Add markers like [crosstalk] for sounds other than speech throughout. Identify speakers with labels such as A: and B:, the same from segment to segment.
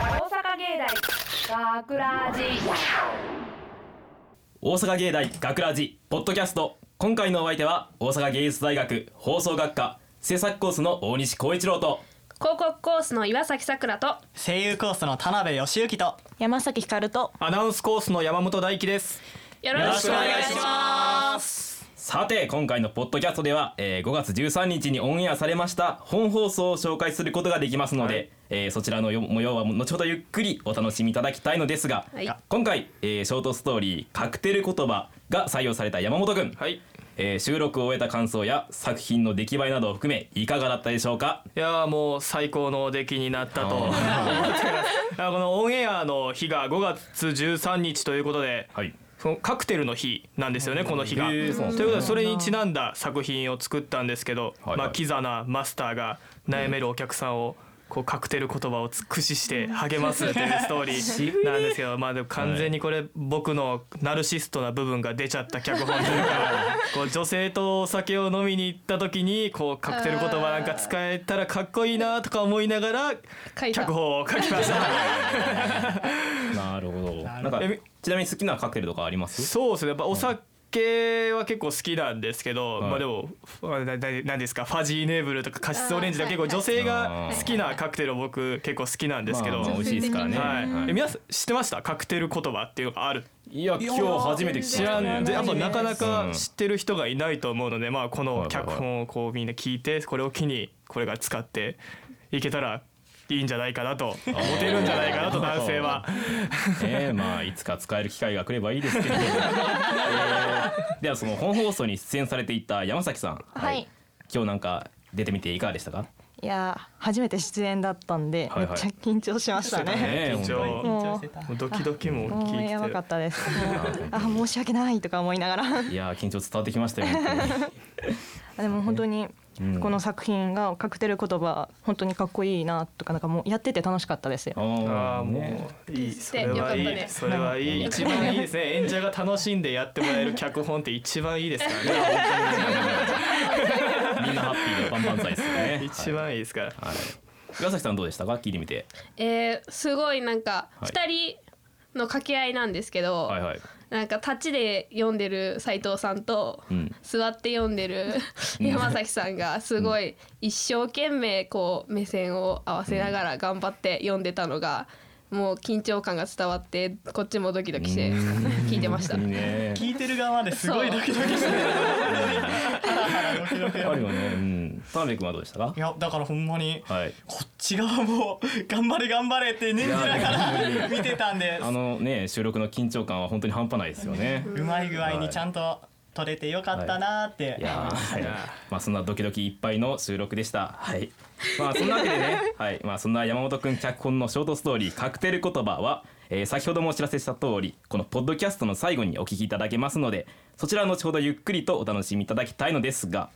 A: 芸大学ラジ
B: 大阪芸大学ラジポッドキャスト今回のお相手は大阪芸術大学放送学科制作コースの大西光一郎と
A: 広告コースの岩崎さくらと
C: 声優コースの田辺義行と
D: 山崎ひかると
E: アナウンスコースの山本大輝です。
A: よ
B: ろしくお願いし
A: ます
B: さて今回のポッドキャストでは、えー5月13日にオンエアされました本放送を紹介することができますので、えーそちらのよ模様は後ほどゆっくりお楽しみいただきたいのですが、
A: はい
B: 今回、えーショートストーリー「カクテル言葉」が採用された山本君、
E: はい。い
B: えー収録を終えた感想や作品の出来栄えなどを含めいかがだったでしょうか
E: やーもう最高の出来になったと。思って [laughs] ますあこのオンエアの日が5月13日ということで、
B: はい
E: そのカクテルの日なんですよねこの日が。と
B: へ
E: い
B: ー
E: う
B: そう
E: こ
B: なんだ
E: とでそれにちなんだ作品を作ったんですけど、
B: はいはい
E: まあキザなマスターが悩めるお客さんを。こうカクテル言葉をつ駆使して励ますというストーリーなん [laughs] ですけどまあでも完全にこれ僕のナルシストな部分が出ちゃった脚本というかこう女性とお酒を飲みに行った時にこうカクテル言葉なんか使えたらかっこいいなとか思いながら
A: 書いた
E: 脚本を書きました。
B: なるほど。なん
E: ほど
B: かちなみに好きなカクテルとかあります？
E: そうですねやっぱお酒は結構好きなんですけど、
B: はい
E: まあでも何ですかファジーネーブルとかカシスオレンジとか
A: あー
E: 結構女性が
B: はい
E: 好きなカクテルを僕結構好きなんですけど、
B: まあまあ美味しいですからね。
E: はいえ皆さん知ってましたカクテル言葉っていうのがある
B: いや今日初めて聞きまし
E: 知ら
B: た
E: ん
B: ね。
E: やっぱなかな
B: う
E: か
B: ん
E: 知ってる人がいないと思うので、まあ、この脚本をこうみんな聞いてこれを機にこれが使っていけたらいいんじゃないかなとモテるんじゃないかなと男性は。
B: ええまあいつか使える機会が来ればいいですけ [laughs] ど。えーではその本放送に出演されていた山崎さん。
D: はい、い、
B: 今日なんか出てみていかがでしたか？
D: やー初めて出演だったんで、
B: はいはい
D: めっちゃ緊張しましたね
B: ねえ
E: 緊
B: 本
E: 張
D: も
E: もうドキドキも
D: う
E: 聞
D: もう
E: いてて
D: やばかったです [laughs]
B: 当に
D: あ申し訳ないとか思いながら [laughs]
B: いや緊張伝わってきましたよ。本当に
D: でも本当に
B: うん
D: この作品がカクテル言葉本当にかっこいいなとかなんかもうやってて楽しかったですよ
B: あ
E: あ
B: あ
E: ー
B: も
E: もういい
A: し
E: そ
A: て
E: れ
A: よかっ
E: は
A: た
E: いい、
A: ね
E: それはいい一番いいですね演者が楽しんでやってもらえる脚本って一番いいですからね
B: うみんなハッピーでバンバン歳ですよ [laughs] ね。
E: 一番いいですから、
B: はい。はい岩崎さんどうでしたか？聞いてみて。
A: えー、すごいなんか
B: はい
A: 二人の掛け合いなんですけど、
B: はいはい。
A: なんか立ちで読んでる斉藤さんと、
B: うん
A: 座って読んでる山崎さんがすごい一生懸命こう目線を合わせながら頑張って読んでたのがもう緊張感が伝わってこっちもドキドキして聞いてまし
B: [laughs]
A: た。
B: いいね。
C: 聞いてる側ですごいドキドキしてるドキドキ
B: あるよね。うん。田辺君はどうでしたか
C: い？やだからほんまに
B: はい。
C: こっち側も頑張れ頑張れって念じながら見てたんで
B: あのね収録の緊張感は本当に半端ないですよね。
C: うまい具合にちゃんと撮れてよかったなーって、
B: いやーはい、まあそんなドキドキいっぱいの収録でした。はい。まあそんなわけで [laughs] ね、はい。まあそんな山本くん脚本のショートストーリーカクテル言葉は、えー先ほどもお知らせした通り、このポッドキャストの最後にお聞きいただけますので、そちらは後ほどゆっくりとお楽しみいただきたいのですが、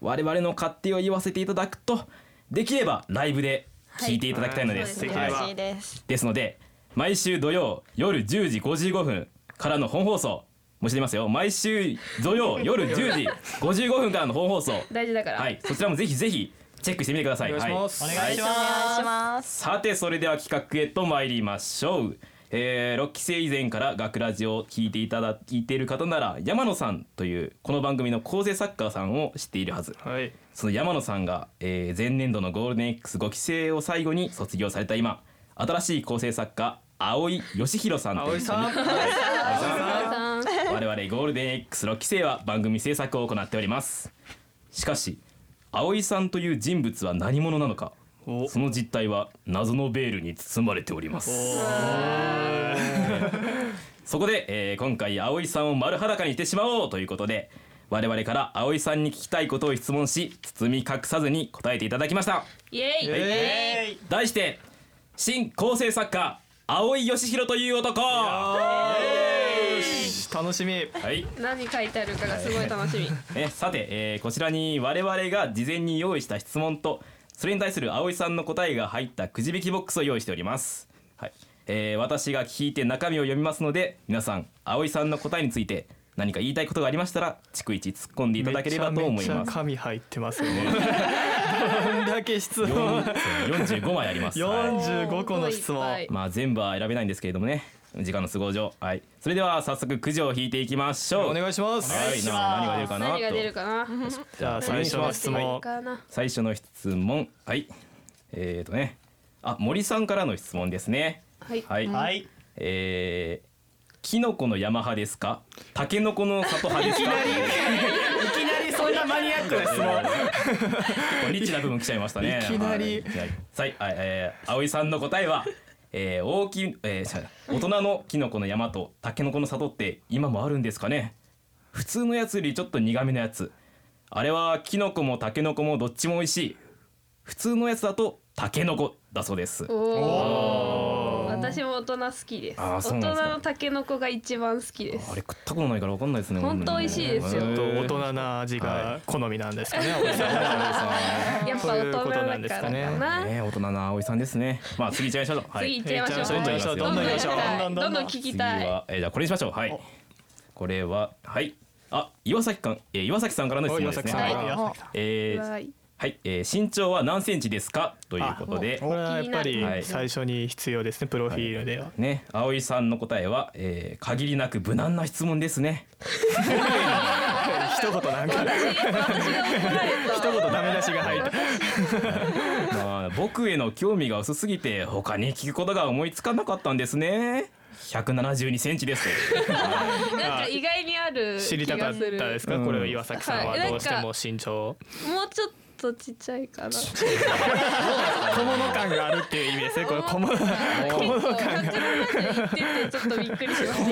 B: 我々の勝手を言わせていただくと、できればライブで聞いていただきたいのです。
A: は
B: は
A: い
B: い
D: 嬉しいです
B: ですので毎週土曜夜10時55分からの本放送もう一度言いますよ毎週土曜夜10時55分からの本 [laughs] 放送
A: 大事だから、
B: はいそちらもぜひぜひチェックしてみてください
E: お願いし
B: は
E: ます、
C: お願いします、
D: お願いします
B: さてそれでは企画へと参りましょう、え6期生以前から学ラジを聞いていただ聞いている方なら山野さんというこの番組の構成作家さんを知っているはず
E: はい
B: その山野さんが、えー前年度のゴールデン X5 期生を最後に卒業された今新しい構成作家青井義弘さんと
E: 葵
B: 一
E: さ
B: 緒
E: ん
B: に
A: 山田さん
B: 我々ゴールデン X6 期生は番組制作を行っておりますしかし青井さんという人物は何者なのか
E: お
B: その実態は謎のベールに包まれております [laughs] そこで、えー今回葵さんを丸裸にしてしまおうということで我々から葵さんに聞きたいことを質問し包み隠さずに答えていただきました
A: イエイ、
E: えい
B: 題して新構成作家青井義弘という男は
E: あーよし楽しみ
B: い、
A: 何書いてあるかがすごい楽しみ。
B: ね、さて、えーこちらに我々が事前に用意した質問とそれに対する葵さんの答えが入ったくじ引きボックスを用意しております、はいえー私が聞いて中身を読みますので皆さん葵さんの答えについて何か言いたいことがありましたら逐一突っ込んでいただければと思い
E: めちゃ
B: ま
E: めちゃ
B: す
E: 紙入ってますよね
F: どんだけ質問
B: 45枚あります。はい
F: 45個の質問
A: はい
B: まあ全部は選べないんですけれどもね時間の都合上はいそれでは早速くじを引いていきましょう
F: お願いします
B: はいな何が出るかな
A: [laughs] 何が出る
B: と
A: かな
F: じゃあ最初の質問
B: 最初の質問はいえー、とねあ森さんからの質問ですね
A: はい
B: [laughs] はい、
E: はい
B: えーキノコの山派ですかタケノコの里派ですか
F: いきなりそんなマニアックな質問
B: 結構リッチな部分来ち [laughs] ゃいましたね
F: いきなり
B: はいはいはいえー、葵さんの答えはえー、大きい、えー、違う大人のキノコの山とタケノコの里って今もあるんですかね普通のやつよりちょっと苦めのやつあれはキノコもタケノコもどっちも美味しい普通のやつだとタケノコだそうです
A: おお私も大人好きです
B: あー
A: 大
B: そうなん
A: 人
B: ですか
A: のタケノコが一番好きで
B: あ
A: す
B: れ食ったことないから分かんないですね
A: ほんと美味しいですよ
B: へ
F: ちょっと
B: ー
F: 大人な味が好みなんですかね青木さん
A: やっぱ大人だから
F: そ
A: か
F: ういうこ
A: な
F: と
B: ねえ大人な葵さんですねまあ次行っちゃいましょうは
A: 次行っちゃいましょう
B: 行っちゃいましょう
A: どんどん行きたい
E: ど
A: ど
E: ん
A: ん
E: どんどんどん
A: どん聞き
B: 次
A: たい
B: は、えーじゃあこれにしましょうはいこれははいあ岩崎かん、えー岩崎さんからの質
F: お
B: 問
F: 岩
B: です
F: 崎
B: ね
F: さ
B: は
F: ん
B: い、
A: はい
F: はい岩崎さん
B: えー
A: はい
B: はいえー身長は何センチですかということで
F: これはやっぱ
B: 気になる
F: り最初に必要ですねプロフィールでは
B: ね葵さんの答えは、えー限りなく無難な質問ですね
F: 一言なん
A: 私私が怒
F: か
A: られた
F: [laughs] 一言ダメ出しが入った
B: まあ僕への興味が薄すぎて他に聞くことが思いつかなかったんですね172センチです
A: なんか意外にある
F: 知り
A: 気
F: たか
A: が
F: っ
A: す
F: た
A: る
F: ですか
B: うん
F: これを岩崎さん
A: は
F: はいどうしても身長
A: もうちょっとちっちゃいかな
F: 小物感があるっていう意味ですねこれ小物
A: 結構170いっててちょっとびっくりしました
B: そ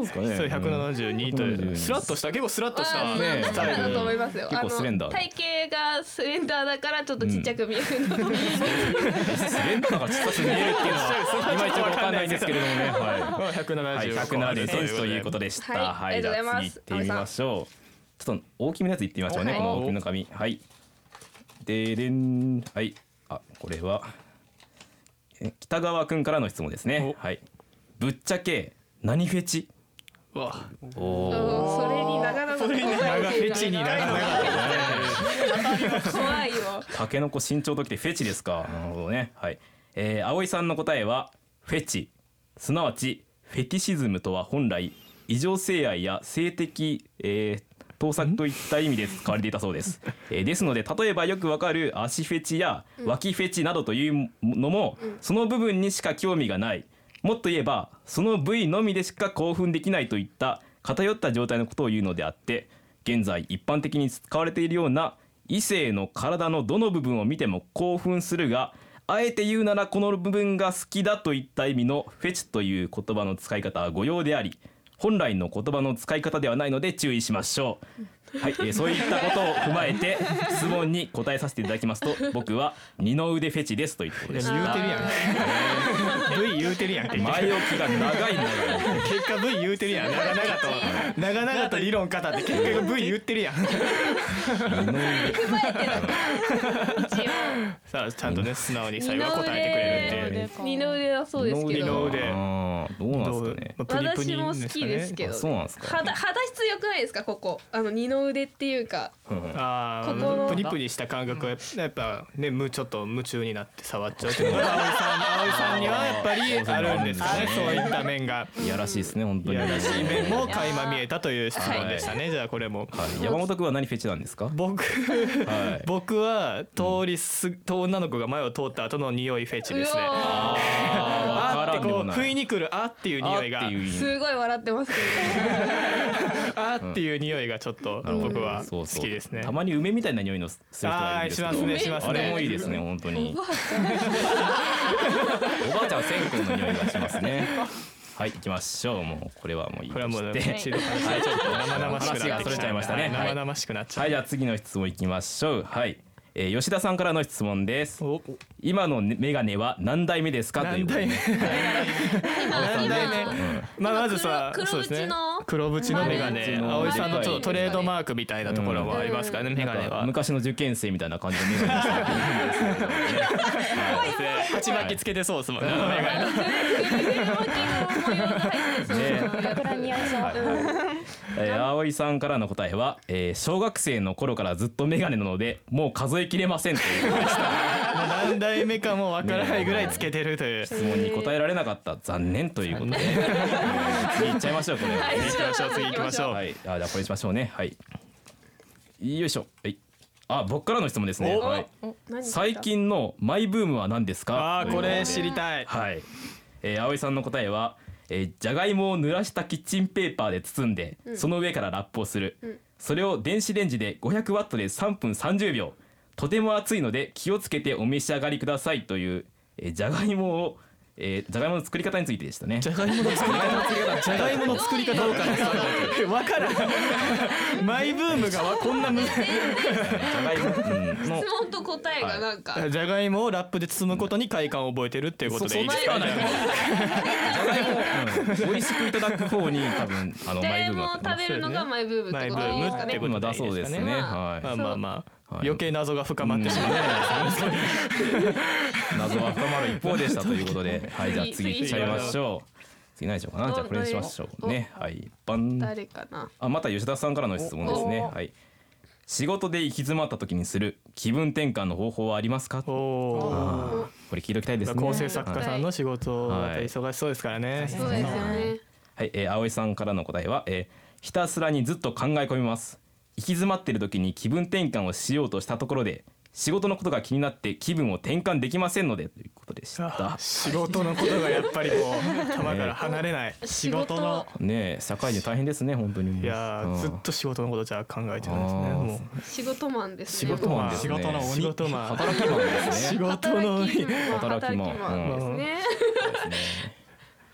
B: うですかね
F: そう172という
B: 172
F: スラッとした結構スラッとし
A: まあ
F: た
A: まあ
B: ね
A: だからだと思いますよ。
B: 結構スレンダー
A: あの体型がスレンダーだからちょっとちっちゃく見えるの。
B: [laughs] レンダーがちっちゃく見えるっていうの
F: [laughs]
B: は今一応分かんないんですけれどもねはい
F: まあ
B: はい、170センチということでした。
A: はいあり
B: じゃ
A: がとうご
B: あ
A: ざいま
B: 次
A: す
B: 行ってみましょう。ちょっと大きめのやつ行ってみましょうね。
A: はい
B: この大きめの紙。はい。でれん、はい。あ、これはえ北川くんからの質問ですね。はい。ぶっちゃけ何フェチ？
F: うわ
B: おお。
A: うんそれになかなか怖いよ
F: 長フェチにならなかった
A: 怖いよ。
B: タケノコ身長ときてフェチですか。なるほどね。はい。えー、葵さんの答えはフェチ。すなわちフェティシズムとは本来異常性愛や性的、えー盗作といった意味で使われていたそう [laughs] です。えーですので例えばよくわかる足フェチや脇フェチなどというのも、その部分にしか興味がない。もっと言えばその部位のみでしか興奮できないといった偏った状態のことを言うのであって現在一般的に使われているような異性の体のどの部分を見ても興奮するがあえて言うならこの部分が好きだといった意味のフェチという言葉の使い方は誤用であり本来の言葉の使い方ではないので注意しましょ
A: [laughs]
B: う、はいえーそういったことを踏まえて質問に答えさせていただき
A: [laughs]
B: ますと僕は二の腕フェチですということで
F: 言
B: す
F: うてる [laughs] やん V 言うてるやんって
B: 前置きが長いんだよ
F: 結果 V 言うてるやん長々と長々と理論語って結果 V 言ってるやん [laughs]
A: 踏まえてだから。
F: さあちゃんとね素直に
A: 一応。
F: 最後は答えてくれるっていう
A: 二の腕だそうですけ
F: 二の
A: ど。
F: 腕
B: あーどうなんですかね
F: まあ
A: 私も好きですけ
F: ど
A: ど。
B: そうなんですか
A: 肌肌質良くないですかここあの二の腕っていうか
B: うん
F: ああ
A: ここの
F: プニプニした感覚がやっぱねむちょっと夢中になって触っちゃうっていう [laughs] のが葵さん葵さんにはやっぱりあるんですかねそういった面が
B: いやらしいですね本当
F: い
B: に
F: やらしい面も垣間見えたという質問でしたねじゃあこれも
B: はい山本君は何フェチなんですか
F: 僕
B: はい
F: 僕は通りす、女の子が前を通った後の匂いフェチですね
A: うおー
F: あ
B: あ
F: ーってこう不意に来るあーっていう匂いが
B: あっていう
A: すごい笑ってますけ
F: あーっていう匂いがちょっと僕は
B: そ
F: 好
B: うそう
F: きですね。
B: たまに梅みたいな匂いのする人がいるんですけど
F: あーしますね
A: しますね
B: あれもいいですね本当に
A: どおばあち
B: おばあちゃん線香の匂いがしますねはい行きましょうもうこれはもういい
F: ことれはもう
B: して
F: ね、ちょっと生々しくなって
B: 話がそれちゃいましたね
F: は
B: はい
F: 生々しくなっちゃう。
B: はいじゃあ次の質問いきましょうはいえー吉田さんからの質問です
F: お
B: 今のメガネは何代目ですかという
F: 何
B: ことで
F: 代目？
A: ゃん
F: 何
A: 今
F: 代目
A: 今？
F: まあまずさ、
A: 黒
F: そうですね
A: 黒縁の。
F: 黒縁のメガネ。
B: 丸
F: 葵さんのちょっとトレードマークみたいなところもありますからね、メガネ
B: なんか
F: は。
B: 昔の受験生みたいな感じのメガネしてる
F: 鉢巻きつけてそうですもんね。
A: 腕の模様が入ってそ
B: ね
A: うなやつ
G: 桜似合いそう。
B: えー、葵さんからの答えは、えー小学生の頃からずっとメガネなのでもう数えきれませんという
F: 何代目かもわからないぐらいつけてるという。
B: 質問に答えられなかった残念ということで次行っちゃいましょうこれは
A: はい
F: 行きましょう次行きましょう
B: はい、あじゃあこれしましょうねはいよいしょはいあ僕からの質問ですね
F: お
B: はい
A: お何ですか
B: 最近のマイブームは何ですか
F: ああ
B: という
F: こ
B: ことで
F: れ知りたい。
B: はい、えー、葵さんの答えは、えー、じゃがいもを濡らしたキッチンペーパーで包んで、その上からラップをする、それを電子レンジで500ワットで3分30秒とても熱いので気をつけてお召し上がりくださいという、えー、じゃがいもを、えー、じゃがいもの作り方についてでしたね
F: じゃがいもの作り方、じゃがいもの作り方どうかです。わからん。マイブームがわこんなむ。
B: じゃがいも、うん、の
A: 質問と答えがなんか、
F: じゃがいもをラップで包むことに快感を覚えてるっていうことでいいですか。
B: じゃがいも、うん、美味しくいただく方に多分あの
A: じゃ
B: マ
A: が
B: イ
A: い
B: ブーム
A: もを
B: だと
A: 食べるのがマイブームってことでいいですか
F: マイブームって
A: ね
F: こ。
B: 今だそうですね
A: ま
B: は
A: あ
B: い
F: まあまあまあ
B: はい
F: 余計謎が深まってしまう。
B: 謎は深まる一方でしたと [laughs] いうことで、はい、じゃあ次行っちゃいましょう。次何でしょうかな、じゃあこれにしましょうね。はい、バン。
A: 誰かな。
B: あ、また吉田さんからの質問ですね。
D: お
B: はい。仕事で行き詰まった時にする気分転換の方法はありますか。
F: お
B: こ
F: お。
B: れ聞いておきたいですね。
F: 構成作家さんの仕事また忙しそうですからね。
A: そうですよね。
B: はい、えー、葵さんからの答えは、えーひたすらにずっと考え込みます行き詰まっている時に気分転換をしようとしたところで仕事のことが気になって気分を転換できませんのでということでし
F: あ
B: た
F: 仕事のことがやっぱりこう頭から離れない。
A: 仕事の
B: ねえ社会人大変ですね本当にもう
F: いや
B: う
F: ー
B: ん
F: ずっと仕事のことじゃ考えてるんですね。
B: あー
F: もう
A: 仕事マンです
B: 仕
A: ね。
B: 事マンですね
E: 仕事の鬼
F: 仕事マン。
B: 働きマンです
F: 仕
B: ね
F: 事の鬼
A: 働きマン
B: 働きマン
A: 働き
F: [laughs]
A: マンですね。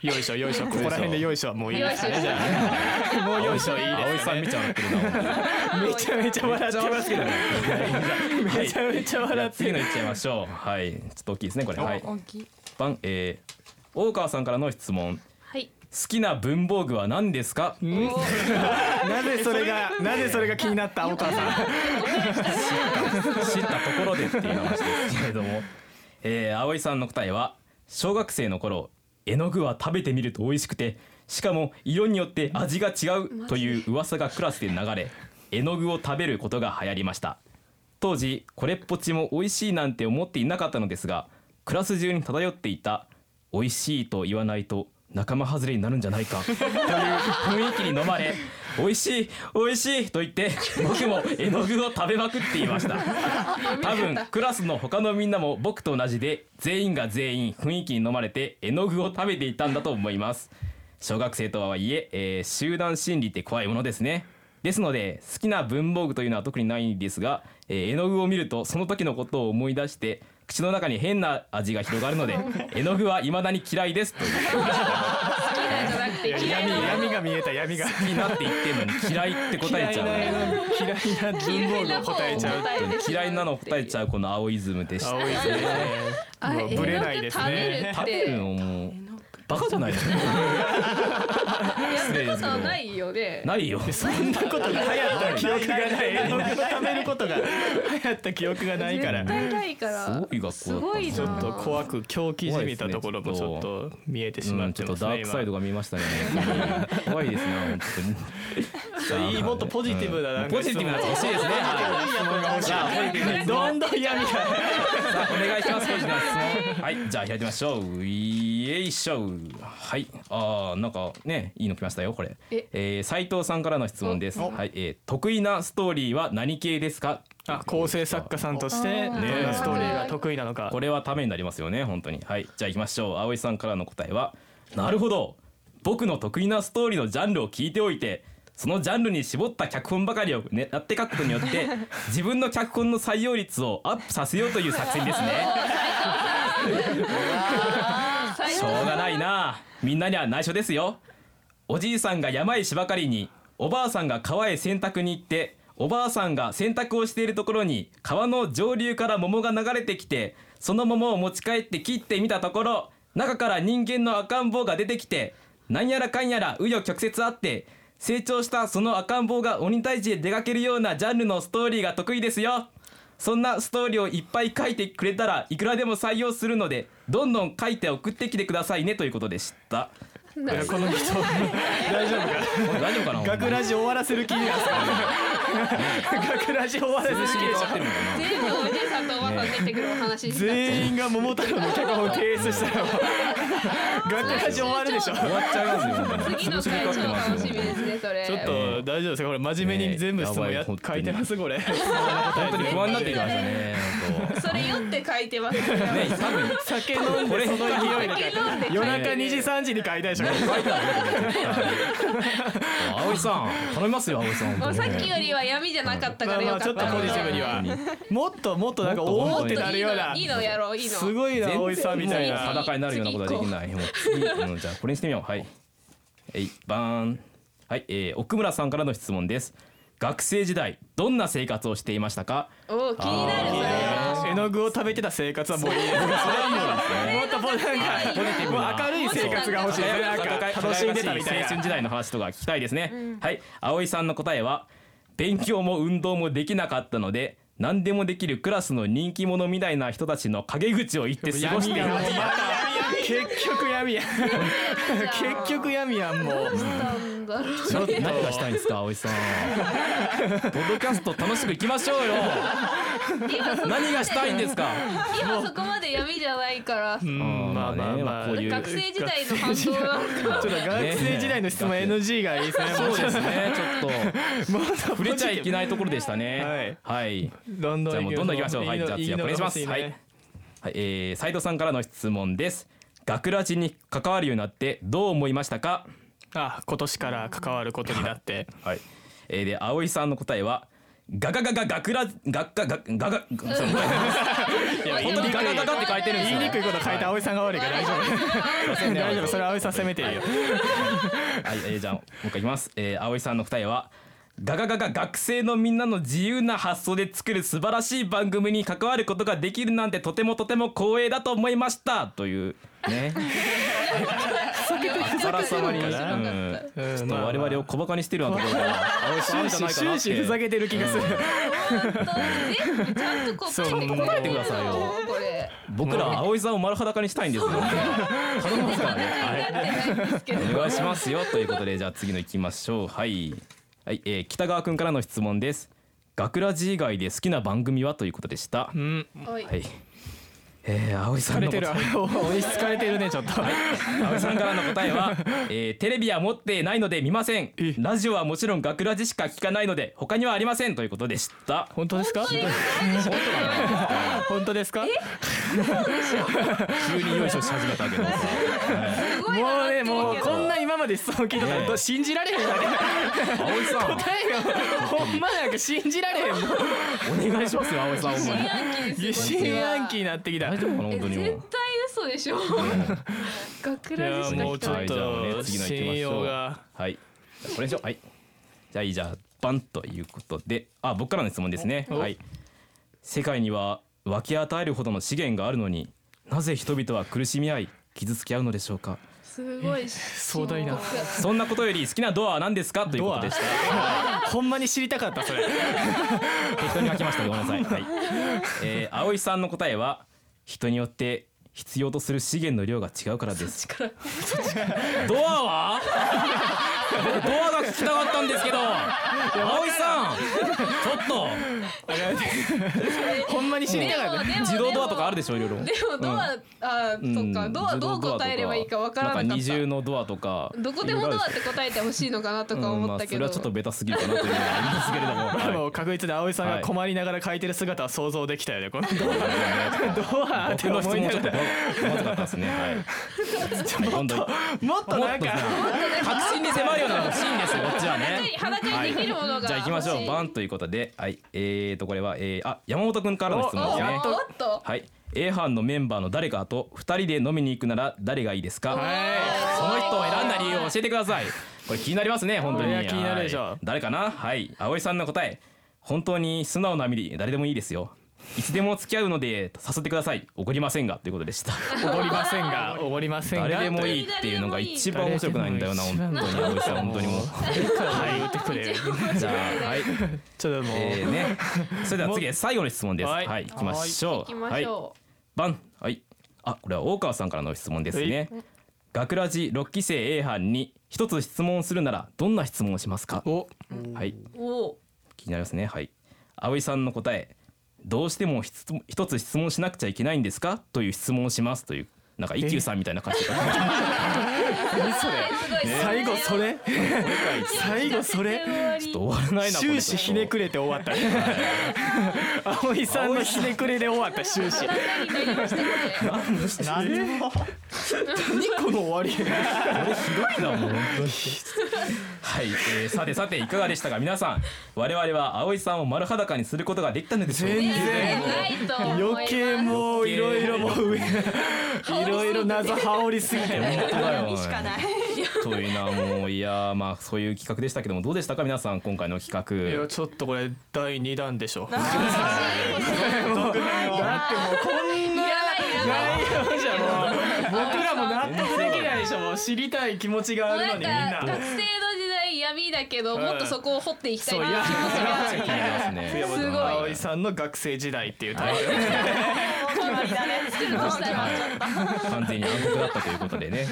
F: よいしょよいしょここら辺でよいしょもういい
A: よ
F: で
A: いし
F: す
A: ょ
F: ねじゃあもうよいしょいいですね
B: 葵さん見ちゃってるな
F: めちゃめちゃ笑ってますけどめちゃめち
B: じ
F: ゃ
B: ゃ
F: 笑
B: あ
F: って
B: 次
F: る
B: のいっちゃいましょうはいちょっと大きいですねこれはい
D: 大きい
B: 番えー大川さんからの質問
A: はい。
B: 好きな文房具は何ですか
A: お
F: なぜそれがなぜそれが気になったお母さん
B: 知ったところでっていう話ですけれども、えー、葵さんの答えは小学生の頃絵の具は食べてみると美味しくてしかも色によって味が違うという噂がクラスで流れ絵の具を食べることが流行りました当時これっぽっちも美味しいなんて思っていなかったのですがクラス中に漂っていた美味しいと言わないと仲間外れになるんじゃないかという雰囲気に飲まれ美味しい美味しいと言って僕も絵の具を食べまくっていました多分クラスの他のみんなも僕と同じで全員が全員雰囲気に飲まれて絵の具を食べていたんだと思います小学生とはいええー集団心理って怖いものですねですので好きな文房具というのは特にないんですが、えー絵の具を見るとその時のことを思い出して口の中に変な味が広がる
F: [laughs]
B: ので絵の具は未だに嫌いですという
A: 好きなんじゃなくて
F: いや
A: 嫌い
F: 闇
A: な。
F: 闇が見えた闇が
B: 好きになって言ってるのに嫌いって答えちゃう
F: [laughs] 嫌いな嫌いな文房具を答えちゃ
A: 嫌い
F: う
A: な方を答えてしまうっていう
B: 嫌いなのを答えちゃうこの青イズムでした
F: 青いですね
A: あ
F: もうブレないですね
A: 絵の具
B: 食
A: 食べ
B: べ
A: る
B: る
A: っ
B: のもうバカじゃないですか
A: てやったことはないよね。
B: ないよ
F: そんなことが流行った記憶がない絵の具を食べることが流行った記憶がないから
A: 絶
F: ち
A: 対ないから。
B: すごい学校だったな
A: すごいな。
F: ょっと怖く狂気じみたところもちょっと見えてし
B: う
F: まっ
B: んちょ
F: て
B: っと
F: ます
B: ダ
F: ね
B: ークサイド
F: 今
B: が見えましたね。怖いですね、本当に。
F: いいもっとポジティブななんか
B: ポジティブなやつ欲しいですね。じゃあ、ポジティブな質
F: どんどん闇が
B: 問さあお願いします。ポジティブな質問。はい、じゃあ開いてみましょう。いえいしょ。はい、ああ、なんかね、いいの来ましたよ、これ。
A: え
B: え斉藤さんからの質問です。はい、えー得意なストーリーは何系ですか。
F: あ構成作家さんとしてどん
B: ね
F: なストーリーが得意なのか
B: これはためになりますよね本当にはいじゃあ行きましょう葵さんからの答えはなるほど僕の得意なストーリーのジャンルを聞いておいてそのジャンルに絞った脚本ばかりをねやって書くことによって自分の脚本の採用率をアップさせようという作戦ですね
A: 最
B: しょう
A: 初
B: がないなみんなには内緒ですよおじいさんが山へ芝刈りにおばあさんが川へ洗濯に行っておばあさんが洗濯をしているところに川の上流から桃が流れてきてその桃を持ち帰って切ってみたところ中から人間の赤ん坊が出てきてなんやらかんやら紆余曲折あって成長したその赤ん坊が鬼退治へ出かけるようなジャンルのストーリーが得意ですよそんなストーリーをいっぱい書いてくれたらいくらでも採用するのでどんどん書いて送ってきてくださいねということでした
A: な
F: この人大丈夫か
B: 大丈夫かな
F: [laughs] 学ラジ終わらせる気になる学ラジ終わらせる
B: 涼しげ
F: 気
B: に
F: でし
B: 触ってるのかな
A: 全部おじいさんとおばさん出てくるお話になっちゃう
F: 全員が桃太郎の脚本提出したら学ラジ終わるでしょ
B: 終わっちゃいますよ
A: 次の会長楽しみですねそれ
F: ちょっと大丈夫ですかこれ真面目に全部質問
B: ね
F: や書
B: やばい
F: いてますこれ
B: 本当に不安になってきましたね本
A: それ酔って書いてますね
B: 当ね多分
F: 酒飲んでその勢いで書いて
A: 飲んで
F: [laughs] 夜中2時3時に書いたでしょ
B: 書いてある葵さん頼みますよ葵さん
A: もうさっき
B: 本
A: よりは闇じゃなかった
F: ま
A: か
F: あ
A: ら
F: ま
A: よ
F: あ
A: か
F: ちょ
A: っ
F: っと
A: た
F: ポジティブに
B: 当
F: はもっともっとなんか
B: もっと
F: おおってなるようない
A: いのやろういいの
F: すごいな
B: 全
F: 葵さんみたい
B: もう
F: な
B: 裸になるようなことはできないもう次うんじゃあこれにしてみようはいえいバーンはい、えー、奥村さんからの質問です学生時代どんな生活をしていましたか
A: おお気になるそれは
F: 絵の具を食べてた生活はもういいそれはもうもっとポジなんか
A: ポジティブ
B: な
F: 明るい生活が欲しいなんか楽しんでたみたい
B: 青
F: な
B: 春時代の話とか聞きたいですね、はい葵さんの答えは勉強も運動もできなかったので何でもできるクラスの人気者みたいな人たちの陰口を言って過ごしてい
F: や
B: ま
F: もうま
B: した
F: た結局闇やん結局闇やんもう
A: なんだろう
B: ちょっと何がしたいんですか葵さん [laughs] ポッドキャスト楽しくいきましょうよ
A: 今
B: [laughs]
A: そ
B: 何がしたいんですか
A: 今そこまで闇じゃないから
F: う
A: 学
F: んまあまあまあ
B: こういう
A: 生時代の反応なんか
F: ちょっと学生時代の質問
B: ね
F: NG がいいですね
B: そうですね [laughs] ちょっ
F: もうちょっ
B: と
F: と
B: 触れちゃいけないところでしたねはい、
F: どんど
B: じゃあ
F: ん
B: もう
F: 行き
B: どんどんいきましょうはいじゃあ次はお願いします
F: の
B: はい、はい、えー斉藤さんからの質問です学ラジに関わるようになってどう思いましたか
F: あ今年から関わることになって
B: はい、えー、で葵さんの答えはガガガガ学ラ学科学ガガガその
F: い [laughs] や
B: 本当にガガガガって書いてるんです
F: 言
B: よ
F: いにくいこと書いた葵さんが悪いから大丈夫大丈夫それ葵さん責めていいよ
B: はい、えーじゃあもう一回いきます。えー、葵さんの答えは。ガガガガ学生のみんなの自由な発想で作る素晴らしい番組に関わることができるなんてとてもとても光栄だと思いましたというねあからさまに、う
A: 面白かった
B: ん、
F: うん
B: ちょっと我々を小バカにしてるようなところが葵さんあるん
F: 終
B: じゃない
F: 始
B: かな
F: 終
B: って
F: 始ふざけてる気がする
A: 本当に全部ちゃんと答えてく
B: 答えてくださいよ
A: これ
B: 僕ら葵さんを丸裸にしたいんですよ頼みますからねはい
A: なってないんですけど
B: お願いしますよということでじゃあ次の行きましょうはい、はいえー北川くんからの質問です学ラジ以外で好きな番組はということでしたは
F: うん
A: おい
B: いえー、葵さ
F: 疲
B: ん
F: れ
B: の
F: てる
B: 答
F: おい疲れてるねちょっと
B: え葵さんからの答え [laughs] は、えーテレビは持ってないので見ません
F: え
B: ラジオはもちろん学ラジしか聞かないので他にはありませんということでした
F: 本当ですか本当ですか
B: 急によいしょし始めたけど [laughs]
A: すごい
F: もう
A: 笑
F: ね
A: ってる
F: も
A: [laughs]
F: う
A: けど
F: こんな今まで質問聞いた
B: ね
F: ら
B: え
F: 信じられへんわね
B: 葵さん
F: 答えがほんまなんか信じられへんもう
B: お願いしますよ葵さんほんまに
F: 新暗記になってきた
B: 大丈夫かな
A: え
B: 本当にも
A: 絶
B: う
A: 対嘘でしょ学
F: い
A: ラ
F: や
A: ジしか
F: もう
A: 聞
F: ち
A: か
F: ょ
A: な
F: っ
A: い
F: と信用が
B: はい。じゃあこれにしよう。はい。じゃあいいじゃあバンということで、あ僕からの質問ですね。はい。世界には分け与えるほどの資源があるのに、なぜ人々は苦しみ合い傷つき合うのでしょうか。
A: すごい
F: 壮大な
B: そんなことより好きなドアは何ですかということでした。
F: ほんまに知りたかったそ [laughs] れ
B: 適当に書きましたごめんなさ
A: [laughs]
B: い。はい。えー、葵さんの答えは人によって必要とする資源の量が違うからです。
A: 力
B: ドアは？僕ドアが聞きたかったんですけど。葵さん、ちょっと。
F: ほんまに知りたかった
B: 自動ドアとかあるでしょいろいろ。
A: でもドア、あ
B: うん
A: そっかドアどう答えればいいかわからなかっ
B: ん
A: た
B: 二重のドアとか。
A: どこでもドアって答えてほしいのかなとか思ったけど、
B: うんまあそれはちょっとベタすぎるかなというのはありますけれども。
F: で
A: [laughs]
B: は
F: も
B: い
F: 確実で葵さんが困りながら書いてる姿は想像できたよねこのド [laughs] アって
B: 僕の質
F: 思い
B: 問
F: な
B: ちょっと
F: がら
B: まずかったですね。
A: [laughs]
B: はい。はい、今度
F: もっとなんか
B: 確信に迫るようなの欲しいんですよこっちはね。
A: 裸にできるものが欲しい、
B: じゃあ行きましょうバンということで、はい、えーとこれは、えー、あ山本くんからの質問です
A: お
B: ね
A: っ。とおっと
B: はい、A 班のメンバーの誰かと二人で飲みに行くなら誰がいいですか。
F: は
B: その人を選んだ理由を教えてください。これ気になりますね、本当
F: い
B: に。
F: や気になるでしょ
B: はい誰かな、はい、葵さんの答え。本当に素直なみり、誰でもいいですよ。いつでも付き合うので、させてください。怒りませんが、ということでした。
F: いおごりませんがおごりませんが
B: 誰でもいいっていうのが一番面白くないんだよな、本当に、葵さん、本当にもう。
F: はい言ってくれ
B: じゃ [laughs] あ、はい、
F: ちょっともう、
B: えー、ね。それでは次、最後の質問です。は、
F: はいい
B: 行きましょう。
A: 行きましょ
B: バンはいあこれは大川さんからの質問ですね学ラジ6期生 A 班に一つ質問するならどんな質問をしますか
F: お
B: はい
A: おお
B: 気になりますねはい葵さんの答えどうしても質問一つ質問しなくちゃいけないんですかという質問をしますというなんか一休さんみたいな感じで
F: 最後それ [laughs] 最後それ
A: ち
B: 終わらないなこれ
F: 終始ひねくれて終わった葵さんのひねくれで終わった終始
E: 何も
F: [laughs] 何この終わり
B: ひどいなもう本当にはい、えー、さてさていかがでしたか皆さん我々は葵さんを丸裸にすることができたのでしょうか
F: 全然
A: ないと思います
F: 余計もういろいろもう上いろいろ謎羽織りすぎて
B: 本当だよ
D: しかない。
B: というなもういやーまあそういう企画でしたけどもどうでしたか皆さん今回の
F: い
B: 企
F: や
B: 画
F: ちょっとこれ第二弾でしょ。だってもうこんな内容じゃもう僕らも納得できないでしょ。もう知りたい気持ちがあるのに
A: な
F: み
A: ん
F: ん
A: か学。
F: な
A: 生の時代闇だけどもっとそこを掘っていきたい
F: そうい
A: な
F: や
B: 気になりますね
A: すごい
F: 葵さんの学生時代っていうタイトル。
A: どうしたら
B: 完全に暗黒だったということでね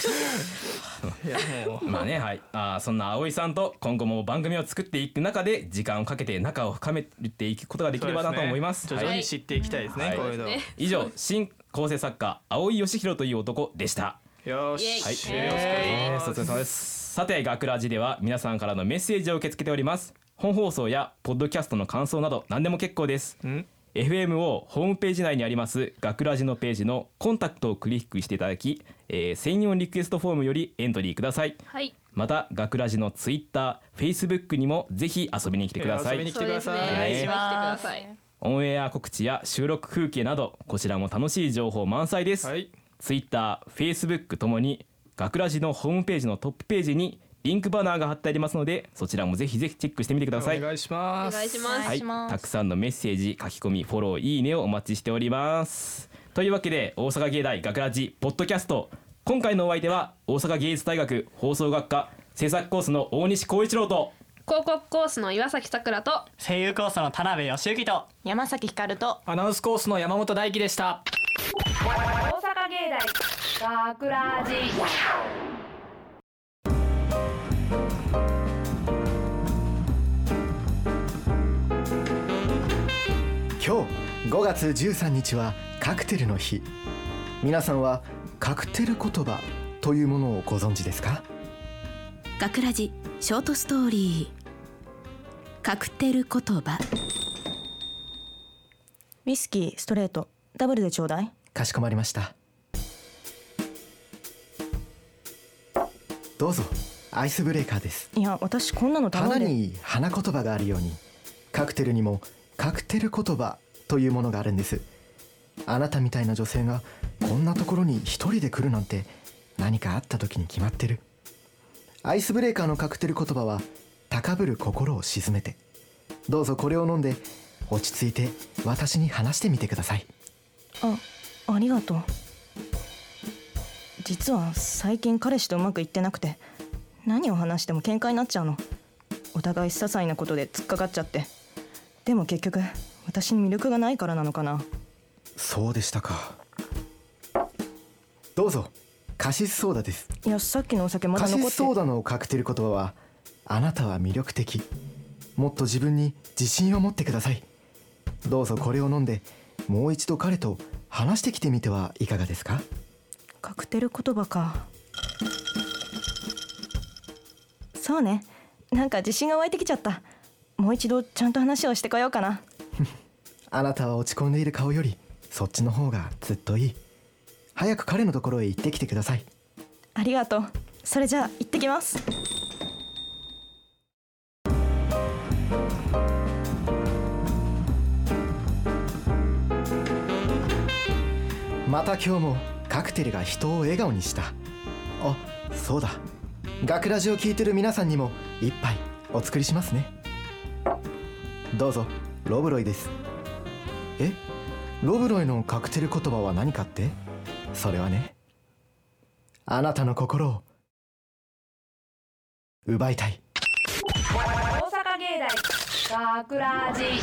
F: いやもう
B: まあねはいあーそんな葵さんと今後も番組を作っていく中で時間をかけて仲を深めていくことができればなと思います
F: そうでね徐
B: は
F: 々
B: い
F: に知っていきたいです
B: は
F: ね
B: い。
F: こういうの。
A: ね
B: [laughs] 以上新構成作家葵義弘という男でした
F: よ
A: イエイ
F: し。
B: はい、
A: イエ
B: えーお疲れ様です。さて、学ラジでは皆さんからのメッセージを受け付けております。本放送やポッドキャストの感想など何でも結構です。
F: ん
B: FM をホームページ内にあります学ラジのページのコンタクトをクリックしていただき、えー専用リクエストフォームよりエントリーください。
A: はい
B: また、学ラジの Twitter、Facebook にもぜひ遊びに来てくださ
F: 遊び
B: い
F: に。来てください
A: そうですね
B: お願いし
A: 来て
D: ます
A: ください
B: オンエア告知や収録風景など、こちらも楽しい情報満載です。
F: はい。
B: ツイッター、フェイスブックともに学ラジのホームページのトップページにリンクバナーが貼ってありますのでそちらもぜひぜひチェックしてみてくだ
F: お
B: さい。
F: 願いしま
A: お
F: す。
A: 願いします、
B: はい、たくさんのメッセージ、書き込み、フォロー、いいねをお待ちしております。というわけで大阪芸大学ラジポッドキャスト今回のお相手は大阪芸術大学放送学科制作コースの大西光一郎と
A: 広告コースの岩崎さくらと
E: 声優コースの田辺義之と
D: 山崎ひかると
F: アナウンスコースの山本大輝でした。
G: 大阪芸大学ラジ
H: 今日5月13日はカクテルの日皆さんはカクテル言葉というものをご存知ですか
I: 学ラジショートストーリーカクテル言葉
D: ウイスキーストレートダブルでちょうだい
H: かしこまりましたどうぞアイスブレーカーです
D: いや私こんなの頼ん
H: 花
D: で
H: に花言葉があるようにカクテルにもカクテル言葉というものがあるんですあなたみたいな女性がこんなところに一人で来るなんて何かあった時に決まってるアイスブレーカーのカクテル言葉は高ぶる心を鎮めてどうぞこれを飲んで落ち着いて私に話してみてください
D: あありがとう実は最近彼氏とうまくいってなくて何を話しても喧嘩になっちゃうのお互い些細なことで突っかかっちゃってでも結局私に魅力がないからなのかな
H: そうでしたかどうぞカシスソーダです
D: いやさっきのお酒まだ
H: カ
D: 残っ
H: シ
D: て
H: スソーダのカクテル言葉はあなたは魅力的もっと自分に自信を持ってくださいどうぞこれを飲んでもう一度彼と話してきてみてはいかがですか
D: カクテル言葉かそうねなんか自信が湧いてきちゃったもう一度ちゃんと話をしてこようかな
H: あなたは落ち込んでいる顔よりそっちの方がずっといい早く彼のところへ行ってきてください
D: ありがとうそれじゃあ行ってきます
H: また今日もカクテルが人を笑顔にしたあそうだ学ラジを聞いてる皆さんにも一杯お作りしますねどうぞロブロイですえロブロイのカクテル言葉は何かってそれはねあなたの心を奪いたい
G: 大阪芸大学ラジ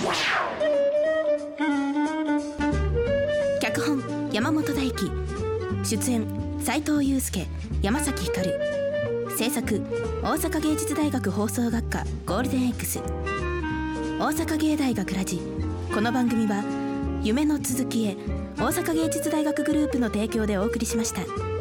I: 脚本山本大輝出演斉藤祐介山崎ひかる制作大阪芸術大学放送学科ゴールデン X 大阪芸大学ラジこの番組は夢の続きへ大阪芸術大学グループの提供でお送りしました。